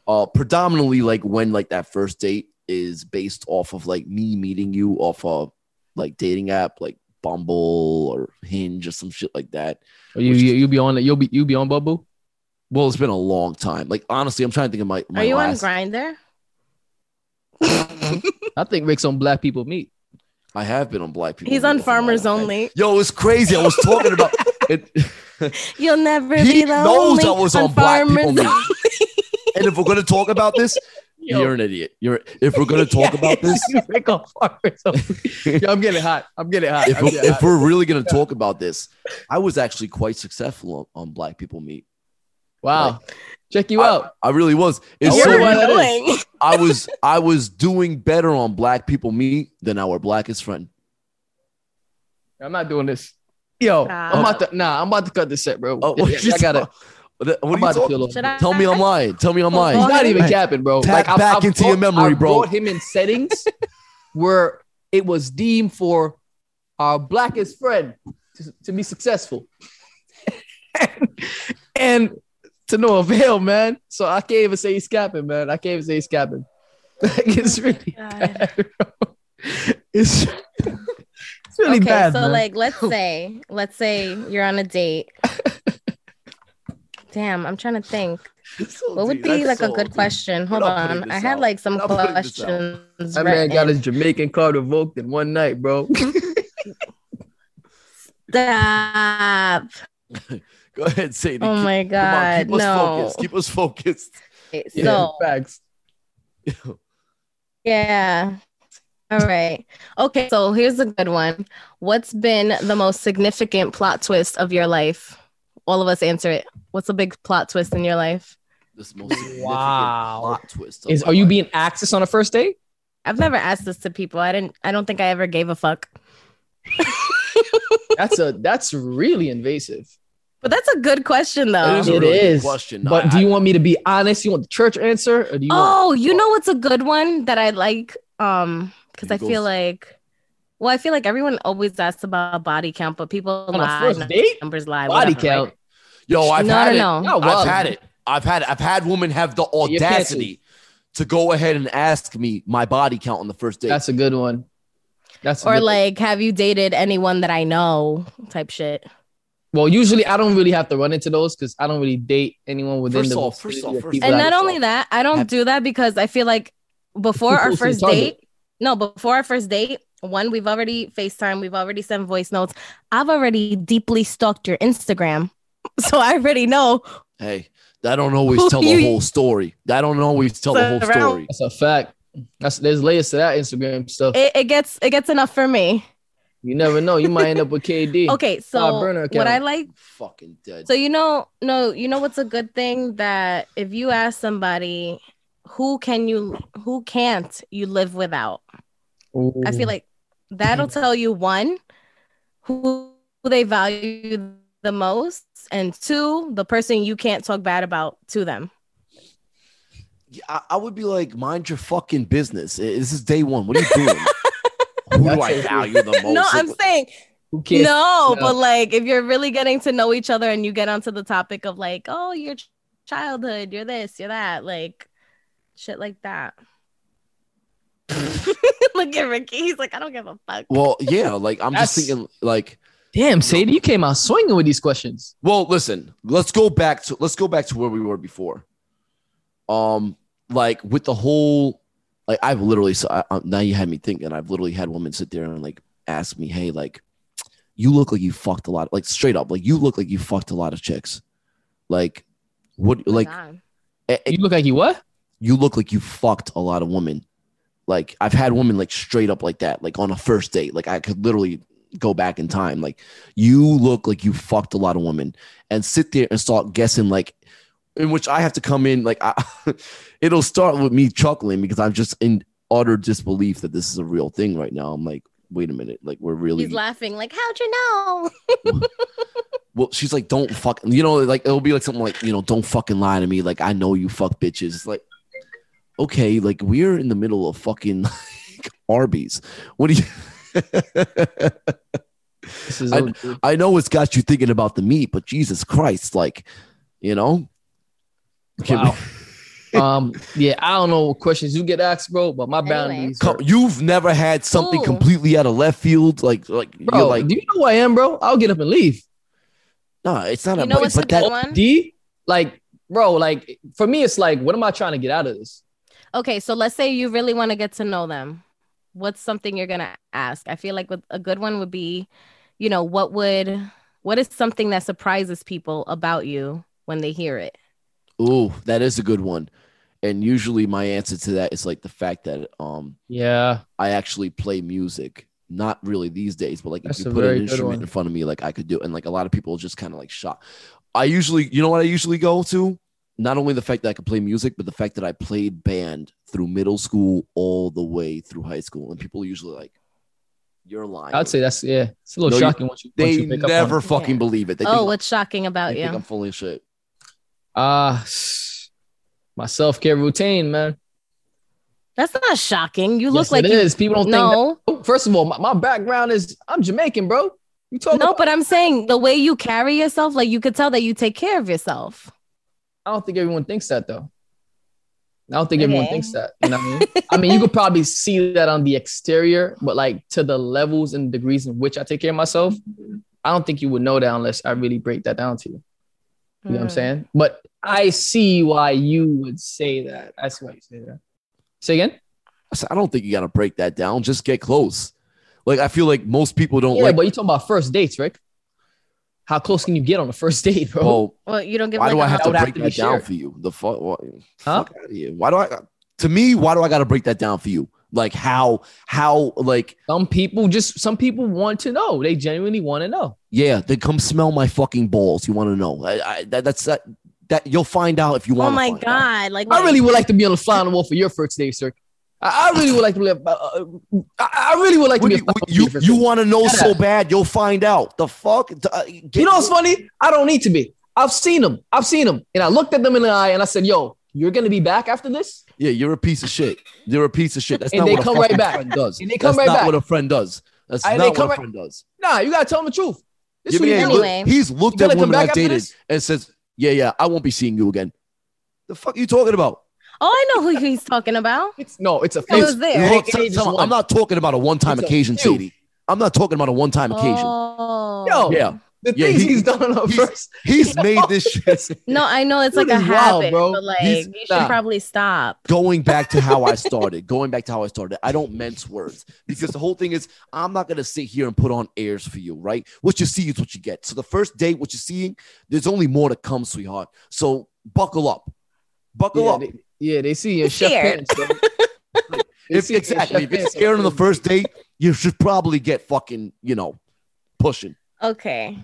[SPEAKER 2] uh, predominantly like when like that first date is based off of like me meeting you off of like dating app like Bumble or Hinge or some shit like that.
[SPEAKER 3] you, you you be on you'll be you be on Bubble.
[SPEAKER 2] Well, it's been a long time. Like honestly, I'm trying to think of my. my
[SPEAKER 1] are you on
[SPEAKER 2] last,
[SPEAKER 1] Grinder?
[SPEAKER 3] I think Rick's on Black People Meet.
[SPEAKER 2] I have been on Black people.
[SPEAKER 1] He's on
[SPEAKER 2] Meet.
[SPEAKER 1] Farmers
[SPEAKER 2] Oh,
[SPEAKER 1] Only.
[SPEAKER 2] Yo, it's crazy. I was talking about it.
[SPEAKER 1] You'll never
[SPEAKER 2] He
[SPEAKER 1] be the
[SPEAKER 2] knows
[SPEAKER 1] only
[SPEAKER 2] I was on Black People Meet. And if we're gonna talk about this, you're an idiot. You're if we're gonna talk about this,
[SPEAKER 3] Rick on Farmers Only. Yo, I'm getting hot. I'm getting hot.
[SPEAKER 2] if
[SPEAKER 3] I'm
[SPEAKER 2] we're,
[SPEAKER 3] getting
[SPEAKER 2] if
[SPEAKER 3] hot.
[SPEAKER 2] we're really gonna talk about this, I was actually quite successful on, on Black People Meet.
[SPEAKER 3] Wow. Check you out.
[SPEAKER 2] I really was. It's
[SPEAKER 3] You're
[SPEAKER 2] so
[SPEAKER 3] the one that is.
[SPEAKER 1] doing.
[SPEAKER 2] I was I was doing better on Black People Meet than our blackest friend.
[SPEAKER 3] I'm not doing this. Yo, I'm
[SPEAKER 1] Nah.
[SPEAKER 3] about
[SPEAKER 2] Uh,
[SPEAKER 3] to nah, I'm about to cut this set, bro.
[SPEAKER 2] Oh,
[SPEAKER 3] Yeah,
[SPEAKER 2] what you
[SPEAKER 3] I gotta
[SPEAKER 2] What are
[SPEAKER 3] I'm
[SPEAKER 2] you
[SPEAKER 3] about to
[SPEAKER 2] talking?
[SPEAKER 3] feel old.
[SPEAKER 1] Should I?
[SPEAKER 2] Tell me I'm lying. Tell me I'm
[SPEAKER 1] Oh,
[SPEAKER 2] lying.
[SPEAKER 1] God.
[SPEAKER 3] He's not even
[SPEAKER 2] Hey,
[SPEAKER 3] capping, bro.
[SPEAKER 2] tap
[SPEAKER 3] I've-
[SPEAKER 2] back
[SPEAKER 3] I've
[SPEAKER 2] into your
[SPEAKER 3] brought-
[SPEAKER 2] memory,
[SPEAKER 3] I
[SPEAKER 2] bro.
[SPEAKER 3] brought him in settings where it was deemed for our blackest friend to, to be successful, and, to no avail, man. So I can't even say he's capping, man. I can't even say he's capping. Like it's really
[SPEAKER 1] God.
[SPEAKER 3] bad, bro. It's, it's really
[SPEAKER 1] okay,
[SPEAKER 3] bad,
[SPEAKER 1] so
[SPEAKER 3] man.
[SPEAKER 1] like, let's say, let's say you're on a date. Damn, I'm trying to think. What would be like a good question? Hold
[SPEAKER 2] We're not putting
[SPEAKER 1] on,
[SPEAKER 2] this
[SPEAKER 1] I had
[SPEAKER 2] out.
[SPEAKER 1] like some
[SPEAKER 2] We're not putting this out.
[SPEAKER 1] questions.
[SPEAKER 3] that man got
[SPEAKER 1] written.
[SPEAKER 3] his Jamaican card revoked in one night, bro.
[SPEAKER 1] Stop.
[SPEAKER 2] Go ahead, Sadie.
[SPEAKER 1] Oh
[SPEAKER 2] Keep-
[SPEAKER 1] my
[SPEAKER 2] come on,
[SPEAKER 1] god,
[SPEAKER 2] keep us
[SPEAKER 1] no.
[SPEAKER 2] focused. Keep us focused.
[SPEAKER 1] Okay,
[SPEAKER 2] Yeah.
[SPEAKER 1] So
[SPEAKER 3] facts.
[SPEAKER 1] yeah. All right. Okay, so here's a good one. What's been the most significant plot twist of your life? All of us answer it. What's a big plot twist in your life?
[SPEAKER 2] This most significant
[SPEAKER 3] Wow.
[SPEAKER 2] plot twist. of
[SPEAKER 3] Is
[SPEAKER 2] my
[SPEAKER 3] are you
[SPEAKER 2] life.
[SPEAKER 3] being accessed on a first date?
[SPEAKER 1] I've never asked this to people. I didn't I don't think I ever gave a fuck.
[SPEAKER 3] That's a that's really invasive.
[SPEAKER 1] But that's a good question
[SPEAKER 2] It
[SPEAKER 1] though.
[SPEAKER 2] is a
[SPEAKER 3] It
[SPEAKER 2] really good
[SPEAKER 3] is,
[SPEAKER 2] question.
[SPEAKER 3] But
[SPEAKER 2] I-
[SPEAKER 3] do
[SPEAKER 2] I-
[SPEAKER 3] you want me to be honest? You want the church answer, or do you? want-
[SPEAKER 1] Oh, you know what's a good one that I like? Um, because I feel
[SPEAKER 2] Eagles.
[SPEAKER 1] like, well, I feel like everyone always asks about body count, but people
[SPEAKER 3] on
[SPEAKER 1] lie,
[SPEAKER 3] a first date?
[SPEAKER 1] numbers lie,
[SPEAKER 3] Body
[SPEAKER 1] whatever, right?
[SPEAKER 3] count.
[SPEAKER 2] Yo, I've
[SPEAKER 1] no,
[SPEAKER 2] had
[SPEAKER 1] no,
[SPEAKER 2] it.
[SPEAKER 1] no.
[SPEAKER 3] Oh, wow.
[SPEAKER 2] I've had it. I've had. I've had women have the
[SPEAKER 3] You can't
[SPEAKER 2] audacity to go ahead and ask me my body count on the first date.
[SPEAKER 3] That's a good one. That's a
[SPEAKER 1] Or
[SPEAKER 3] good-
[SPEAKER 1] like, have you dated anyone that I know? Type shit.
[SPEAKER 3] Well, usually I don't really have to run into those because I don't really date anyone within
[SPEAKER 2] First
[SPEAKER 3] the
[SPEAKER 2] off, first
[SPEAKER 3] vicinity
[SPEAKER 2] off,
[SPEAKER 3] of
[SPEAKER 2] first
[SPEAKER 3] people
[SPEAKER 2] off.
[SPEAKER 1] and
[SPEAKER 3] that-
[SPEAKER 1] not only that, I don't
[SPEAKER 3] Have-
[SPEAKER 1] do that because I feel like before our
[SPEAKER 3] Who's in
[SPEAKER 1] first
[SPEAKER 3] Target?
[SPEAKER 1] date, no, before our first date, one, we've already FaceTime, we've already sent voice notes. I've already deeply stalked your Instagram. So I already know.
[SPEAKER 2] Hey, that don't always
[SPEAKER 1] Who
[SPEAKER 2] tell the
[SPEAKER 1] you-
[SPEAKER 2] whole story. That don't always tell the whole
[SPEAKER 1] Surround-
[SPEAKER 2] story.
[SPEAKER 3] that's a fact. That's there's layers to that Instagram stuff.
[SPEAKER 1] It, it gets it gets enough for me.
[SPEAKER 3] you never know. You might end up with KD.
[SPEAKER 1] Okay, so
[SPEAKER 3] burner
[SPEAKER 1] what
[SPEAKER 3] account.
[SPEAKER 1] I like
[SPEAKER 2] Fucking dead.
[SPEAKER 1] So you know, no, you know what's a good thing that if you ask somebody who can you who can't you live without, I feel like that'll
[SPEAKER 2] Mm-hmm.
[SPEAKER 1] tell you one who who they value the most, and two, the person you can't talk bad about to them.
[SPEAKER 2] Yeah, I, I would be like, mind your fucking business. I- This is day one. What are you doing? Who do I value the most?
[SPEAKER 1] no, I'm
[SPEAKER 2] Like,
[SPEAKER 1] saying
[SPEAKER 3] who cares?
[SPEAKER 1] no,
[SPEAKER 3] Yeah.
[SPEAKER 1] but like if you're really getting to know each other and you get onto the topic of like, oh, your ch- childhood, you're this, you're that, like shit like that. Look at Ricky. He's like, I don't give a fuck.
[SPEAKER 2] well, yeah, like I'm
[SPEAKER 3] That's-
[SPEAKER 2] just thinking, like,
[SPEAKER 3] Damn, Sadie, you came out swinging with these questions.
[SPEAKER 2] well, listen, let's go back to let's go back to where we were before. Um, like with the whole, like I've literally so I, I- now you had me thinking. I've literally had women sit there and like ask me, hey, like, you look like you fucked a lot, like straight up, like you look like you fucked a lot of chicks, like. What like
[SPEAKER 1] Nah.
[SPEAKER 2] eh, eh,
[SPEAKER 3] You look like you what?
[SPEAKER 2] you look like you fucked a lot of women. Like I've had women like straight up like that, like on a first date. Like I could literally go back in time. Like you look like you fucked a lot of women and sit there and start guessing like in which I have to come in like I, it'll start with me chuckling because I'm just in utter disbelief that this is a real thing right now. I'm like, wait a minute, like we're really
[SPEAKER 1] he's laughing, like, how'd you know?
[SPEAKER 2] well, she's like, don't fuck, you know, like it'll be like something like, you know, don't fucking lie to me. Like, I know you fuck bitches. It's like, okay, like we're in the middle of fucking like, Arby's. What do you?
[SPEAKER 3] This is
[SPEAKER 2] I-
[SPEAKER 3] OG.
[SPEAKER 2] I know it's got you thinking about the meat, but Jesus Christ, like, you know, Can we-
[SPEAKER 3] wow. um, yeah, I don't know what questions you get asked, bro, but my
[SPEAKER 1] Anyway.
[SPEAKER 3] boundaries.
[SPEAKER 2] come-
[SPEAKER 3] are-
[SPEAKER 2] you've never had something
[SPEAKER 1] Ooh.
[SPEAKER 2] completely out of left field. Like, like
[SPEAKER 3] Bro,
[SPEAKER 2] you're like,
[SPEAKER 3] do you know who I am, bro? I'll get up and leave.
[SPEAKER 2] nah, it's not
[SPEAKER 1] You
[SPEAKER 2] a,
[SPEAKER 1] know
[SPEAKER 2] but,
[SPEAKER 1] what's a
[SPEAKER 2] but that,
[SPEAKER 1] good one?
[SPEAKER 3] D, like, bro, like for me, it's like, what am I trying to get out of this?
[SPEAKER 1] Okay, so let's say you really want to get to know them. What's something you're gonna ask? I feel like with, a good one would be, you know, what would what is something that surprises people about you when they hear it?
[SPEAKER 2] ooh, that is a good one. And usually my answer to that is like the fact that, um,
[SPEAKER 3] Yeah.
[SPEAKER 2] I actually play music. Not really these days, but like
[SPEAKER 3] That's
[SPEAKER 2] if
[SPEAKER 3] a
[SPEAKER 2] you put
[SPEAKER 3] very
[SPEAKER 2] an
[SPEAKER 3] good one.
[SPEAKER 2] instrument in front of me, like I could do it. And like a lot of people just kind of like shocked. I usually, you know what I usually go to? Not only the fact that I could play music, but the fact that I played band through middle school all the way through high school. And people are usually like, you're lying.
[SPEAKER 3] I'd say that's yeah, it's a little
[SPEAKER 2] No, you-
[SPEAKER 3] shocking once you once
[SPEAKER 2] they
[SPEAKER 3] you pick up on
[SPEAKER 2] never
[SPEAKER 3] it.
[SPEAKER 2] fucking
[SPEAKER 1] Yeah.
[SPEAKER 2] believe it. They
[SPEAKER 1] oh,
[SPEAKER 2] think,
[SPEAKER 1] what's shocking
[SPEAKER 2] they
[SPEAKER 1] about
[SPEAKER 2] think I'm
[SPEAKER 1] you?
[SPEAKER 2] full of shit.
[SPEAKER 3] Ah, my self care routine, man.
[SPEAKER 1] That's not shocking. You
[SPEAKER 3] Yes,
[SPEAKER 1] look like
[SPEAKER 3] it
[SPEAKER 1] you
[SPEAKER 3] is. People don't think.
[SPEAKER 1] no,
[SPEAKER 3] That. First of all, my, my background is I'm Jamaican, bro. You talking?
[SPEAKER 1] no,
[SPEAKER 3] about-
[SPEAKER 1] but I'm saying the way you carry yourself, like you could tell that you take care of yourself.
[SPEAKER 3] I don't think everyone thinks that though. I don't think everyone
[SPEAKER 1] Okay.
[SPEAKER 3] thinks that. You know what I mean? I mean, you could probably see that on the exterior, but like to the levels and degrees in which I take care of myself, I don't think you would know that unless I really break that down to you. You
[SPEAKER 1] Mm.
[SPEAKER 3] know what I'm
[SPEAKER 1] Hmm.
[SPEAKER 3] saying? But I see why you would say that. That's why you say that. Say again?
[SPEAKER 2] I said, I don't think you got to break that down. Just get close. Like, I feel like most people don't
[SPEAKER 3] Yeah,
[SPEAKER 2] like,
[SPEAKER 3] but you're talking about first dates, Rick. How close can you get on a first date, bro?
[SPEAKER 2] well,
[SPEAKER 1] Well, you don't give
[SPEAKER 2] "Oh, why
[SPEAKER 1] like
[SPEAKER 2] do I
[SPEAKER 1] a
[SPEAKER 2] have
[SPEAKER 3] that
[SPEAKER 2] to
[SPEAKER 3] would
[SPEAKER 2] break
[SPEAKER 3] have to be
[SPEAKER 2] that down
[SPEAKER 3] shared.
[SPEAKER 2] for you? The fuck, why,
[SPEAKER 3] Huh?
[SPEAKER 2] fuck out of here. Why do I? To me, why do I got to break that down for you? Like how? How? Like
[SPEAKER 3] Some people just some people want to know. They genuinely want to know.
[SPEAKER 2] yeah, then come smell my fucking balls. You want to know? I, I, that, that's that. That you'll find out if you
[SPEAKER 1] Oh
[SPEAKER 2] want.
[SPEAKER 1] my god! Like
[SPEAKER 3] I really would like to be on the fly on the wall for your first date, sir. I, I really would like to live. Uh, uh, I, I really would like to
[SPEAKER 2] What
[SPEAKER 3] be.
[SPEAKER 2] do
[SPEAKER 3] a
[SPEAKER 2] you
[SPEAKER 3] fly on the
[SPEAKER 2] you,
[SPEAKER 3] wall for your first
[SPEAKER 2] you
[SPEAKER 3] date.
[SPEAKER 2] want to know
[SPEAKER 3] Shut
[SPEAKER 2] so
[SPEAKER 3] up.
[SPEAKER 2] bad, you'll find out. The fuck? D- uh, get-
[SPEAKER 3] You know what's funny? I don't need to be. I've seen them. I've seen them, and I looked at them in the eye and I said, "Yo, you're gonna be back after this."
[SPEAKER 2] Yeah, you're a piece of shit. You're a piece of shit. That's
[SPEAKER 3] And
[SPEAKER 2] not
[SPEAKER 3] they
[SPEAKER 2] what a
[SPEAKER 3] come right
[SPEAKER 2] fucking
[SPEAKER 3] back.
[SPEAKER 2] friend does.
[SPEAKER 3] And they come
[SPEAKER 2] that's
[SPEAKER 3] right
[SPEAKER 2] not
[SPEAKER 3] back.
[SPEAKER 2] what a friend does. That's
[SPEAKER 3] And they
[SPEAKER 2] not
[SPEAKER 3] come
[SPEAKER 2] what a
[SPEAKER 3] right-
[SPEAKER 2] friend does.
[SPEAKER 3] Nah, you gotta tell them the truth. This
[SPEAKER 2] Yeah,
[SPEAKER 3] what
[SPEAKER 2] but
[SPEAKER 3] you
[SPEAKER 2] yeah,
[SPEAKER 3] dealing
[SPEAKER 2] look,
[SPEAKER 3] with.
[SPEAKER 1] Anyway.
[SPEAKER 2] he's looked
[SPEAKER 3] You
[SPEAKER 2] at
[SPEAKER 3] gotta come
[SPEAKER 2] women
[SPEAKER 3] back
[SPEAKER 2] I've
[SPEAKER 3] after
[SPEAKER 2] dated
[SPEAKER 3] this?
[SPEAKER 2] and says, "Yeah, yeah, I won't be seeing you again." The fuck are you talking about?
[SPEAKER 1] Oh, I know who he's talking about.
[SPEAKER 3] It's no, it's a
[SPEAKER 1] I
[SPEAKER 3] face.
[SPEAKER 1] was there.
[SPEAKER 2] Look,
[SPEAKER 3] It is
[SPEAKER 2] tell-
[SPEAKER 3] one.
[SPEAKER 2] I'm not talking about a one-time
[SPEAKER 3] It's a
[SPEAKER 2] occasion,
[SPEAKER 3] few.
[SPEAKER 2] Sadie. I'm not talking about a one-time occasion.
[SPEAKER 1] Oh.
[SPEAKER 3] Yo.
[SPEAKER 2] Yeah,
[SPEAKER 3] The
[SPEAKER 2] Yeah,
[SPEAKER 3] things
[SPEAKER 2] he-
[SPEAKER 3] he's done on the
[SPEAKER 2] he's-
[SPEAKER 3] first.
[SPEAKER 2] he's made this shit.
[SPEAKER 1] No, I know it's
[SPEAKER 3] Dude
[SPEAKER 1] like a
[SPEAKER 3] is wild,
[SPEAKER 1] habit,
[SPEAKER 3] bro.
[SPEAKER 1] but like
[SPEAKER 2] He's-
[SPEAKER 1] you should
[SPEAKER 2] nah.
[SPEAKER 1] probably stop.
[SPEAKER 2] going back to how I started, going back to how I started, I don't mince words because the whole thing is I'm not gonna sit here and put on airs for you, right? What you see is what you get. So the first date, what you're seeing, there's only more to come, sweetheart. So buckle up, buckle
[SPEAKER 3] Yeah
[SPEAKER 2] up.
[SPEAKER 3] they, yeah, they see your chef
[SPEAKER 1] Scared.
[SPEAKER 3] pants. though. They
[SPEAKER 2] if,
[SPEAKER 3] see your
[SPEAKER 2] exactly,
[SPEAKER 3] chef
[SPEAKER 2] if you're
[SPEAKER 3] pants
[SPEAKER 2] scared on the first date, you should probably get fucking, you know, pushing.
[SPEAKER 1] Okay.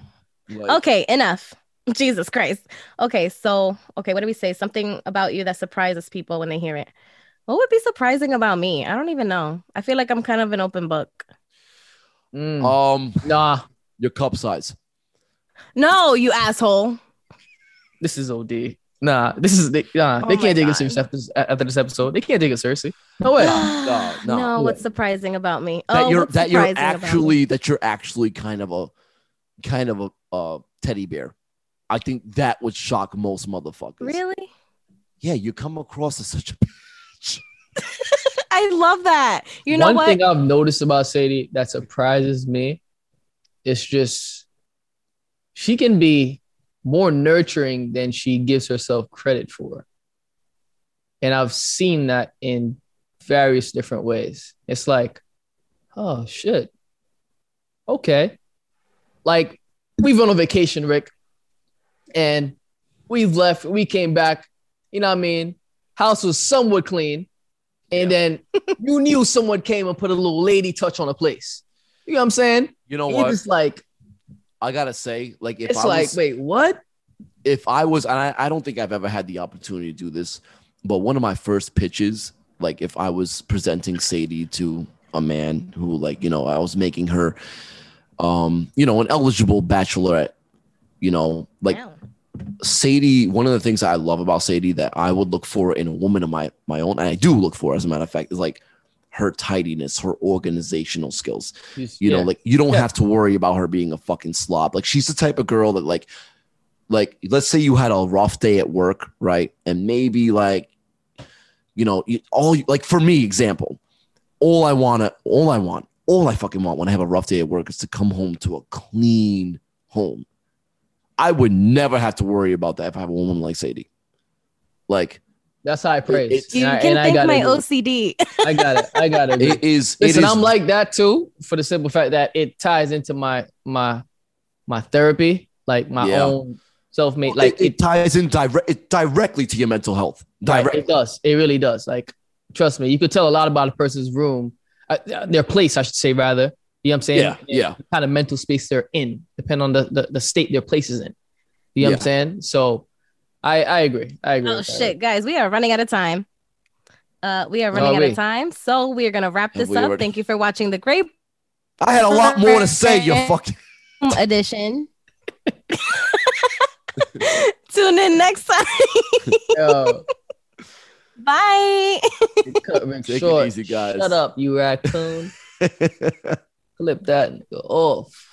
[SPEAKER 2] Like,
[SPEAKER 1] Okay, enough. Jesus Christ. Okay, so okay, what do we say? Something about you that surprises people when they hear it. What would be surprising about me? I don't even know. I feel like I'm kind of an open book.
[SPEAKER 3] Mm.
[SPEAKER 2] Um,
[SPEAKER 3] nah,
[SPEAKER 2] your cup size.
[SPEAKER 1] No, you asshole.
[SPEAKER 3] this is OD. Nah, this is they, nah.
[SPEAKER 1] Oh
[SPEAKER 3] they
[SPEAKER 1] my
[SPEAKER 3] can't take it
[SPEAKER 1] God.
[SPEAKER 3] seriously after this- after this episode. They can't take it seriously. No way.
[SPEAKER 2] no, no.
[SPEAKER 1] No, what's surprising about me?
[SPEAKER 2] that
[SPEAKER 1] oh,
[SPEAKER 2] you're
[SPEAKER 1] what's
[SPEAKER 2] that you're
[SPEAKER 1] surprising about me?
[SPEAKER 2] actually that you're actually kind of a kind of a uh, teddy bear. I think that would shock most motherfuckers.
[SPEAKER 1] really.
[SPEAKER 2] Yeah, you come across as such a
[SPEAKER 1] I love that. You know
[SPEAKER 3] One
[SPEAKER 1] what?
[SPEAKER 3] thing I've noticed about Sadie that surprises me, it's just she can be more nurturing than she gives herself credit for. And I've seen that in various different ways. It's like, oh shit. Okay. Like we've been on vacation, Rick, and we've left, we came back, you know what I mean? House was somewhat clean. And then you knew someone came and put a little lady touch on a place. You know what I'm saying?
[SPEAKER 2] You know
[SPEAKER 3] And
[SPEAKER 2] what?
[SPEAKER 3] You're just like,
[SPEAKER 2] I gotta say, like if
[SPEAKER 3] it's
[SPEAKER 2] I
[SPEAKER 3] like,
[SPEAKER 2] was,
[SPEAKER 3] wait, what?
[SPEAKER 2] if I was, and I, I don't think I've ever had the opportunity to do this, but one of my first pitches, like if I was presenting Sadie to a man who, like, you know, I was making her, um, you know, an eligible bachelorette, you know, like
[SPEAKER 1] Wow.
[SPEAKER 2] Sadie, one of the things I love about Sadie that I would look for in a woman of my my own, and I do look for as a matter of fact, is like her tidiness, her organizational skills. You know, like you don't
[SPEAKER 3] Yeah.
[SPEAKER 2] have to worry about her being a fucking slob. Like she's the type of girl that like like let's say you had a rough day at work, right? And maybe like you know, you- all you- like for me example, all I want to all I want, all I fucking want when I have a rough day at work is to come home to a clean home. I would never have to worry about that if I have a woman like Sadie. Like
[SPEAKER 3] that's high praise.
[SPEAKER 2] it's-
[SPEAKER 1] You
[SPEAKER 3] and I,
[SPEAKER 1] can
[SPEAKER 3] and I
[SPEAKER 1] thank
[SPEAKER 3] gotta
[SPEAKER 1] my
[SPEAKER 3] agree.
[SPEAKER 1] OCD.
[SPEAKER 3] I got it. I got it.
[SPEAKER 2] it is it
[SPEAKER 3] Listen,
[SPEAKER 2] is-
[SPEAKER 3] I'm like that too, for the simple fact that it ties into my my my therapy, like my
[SPEAKER 2] Yeah.
[SPEAKER 3] own self made.
[SPEAKER 2] like
[SPEAKER 3] Like
[SPEAKER 2] it, ties in direct it directly to your mental health.
[SPEAKER 3] Right,
[SPEAKER 2] Direct
[SPEAKER 3] It does. It really does. Like, trust me, you could tell a lot about a person's room, uh, their place, I should say, rather. You know what I'm saying?
[SPEAKER 2] Yeah, yeah.
[SPEAKER 3] The kind of mental space they're in, depending on the, the, the state their place is in. You know what I'm
[SPEAKER 2] Yeah.
[SPEAKER 3] saying? So I, I agree. I agree.
[SPEAKER 1] Oh
[SPEAKER 3] with that.
[SPEAKER 1] shit, guys, we are running out of time. Uh, we are
[SPEAKER 3] Are
[SPEAKER 1] running out
[SPEAKER 3] we?
[SPEAKER 1] of time, so we are gonna wrap
[SPEAKER 2] Have
[SPEAKER 1] this
[SPEAKER 2] we
[SPEAKER 1] up.
[SPEAKER 2] already-
[SPEAKER 1] Thank you for watching the Great
[SPEAKER 2] I had a lot more to say, you fucking
[SPEAKER 1] Room Edition. Tune in next time.
[SPEAKER 3] Yo,
[SPEAKER 1] Bye.
[SPEAKER 3] cut Rick
[SPEAKER 2] Take it
[SPEAKER 3] short.
[SPEAKER 2] easy, guys.
[SPEAKER 3] Shut up, you raccoon. Clip that and go off.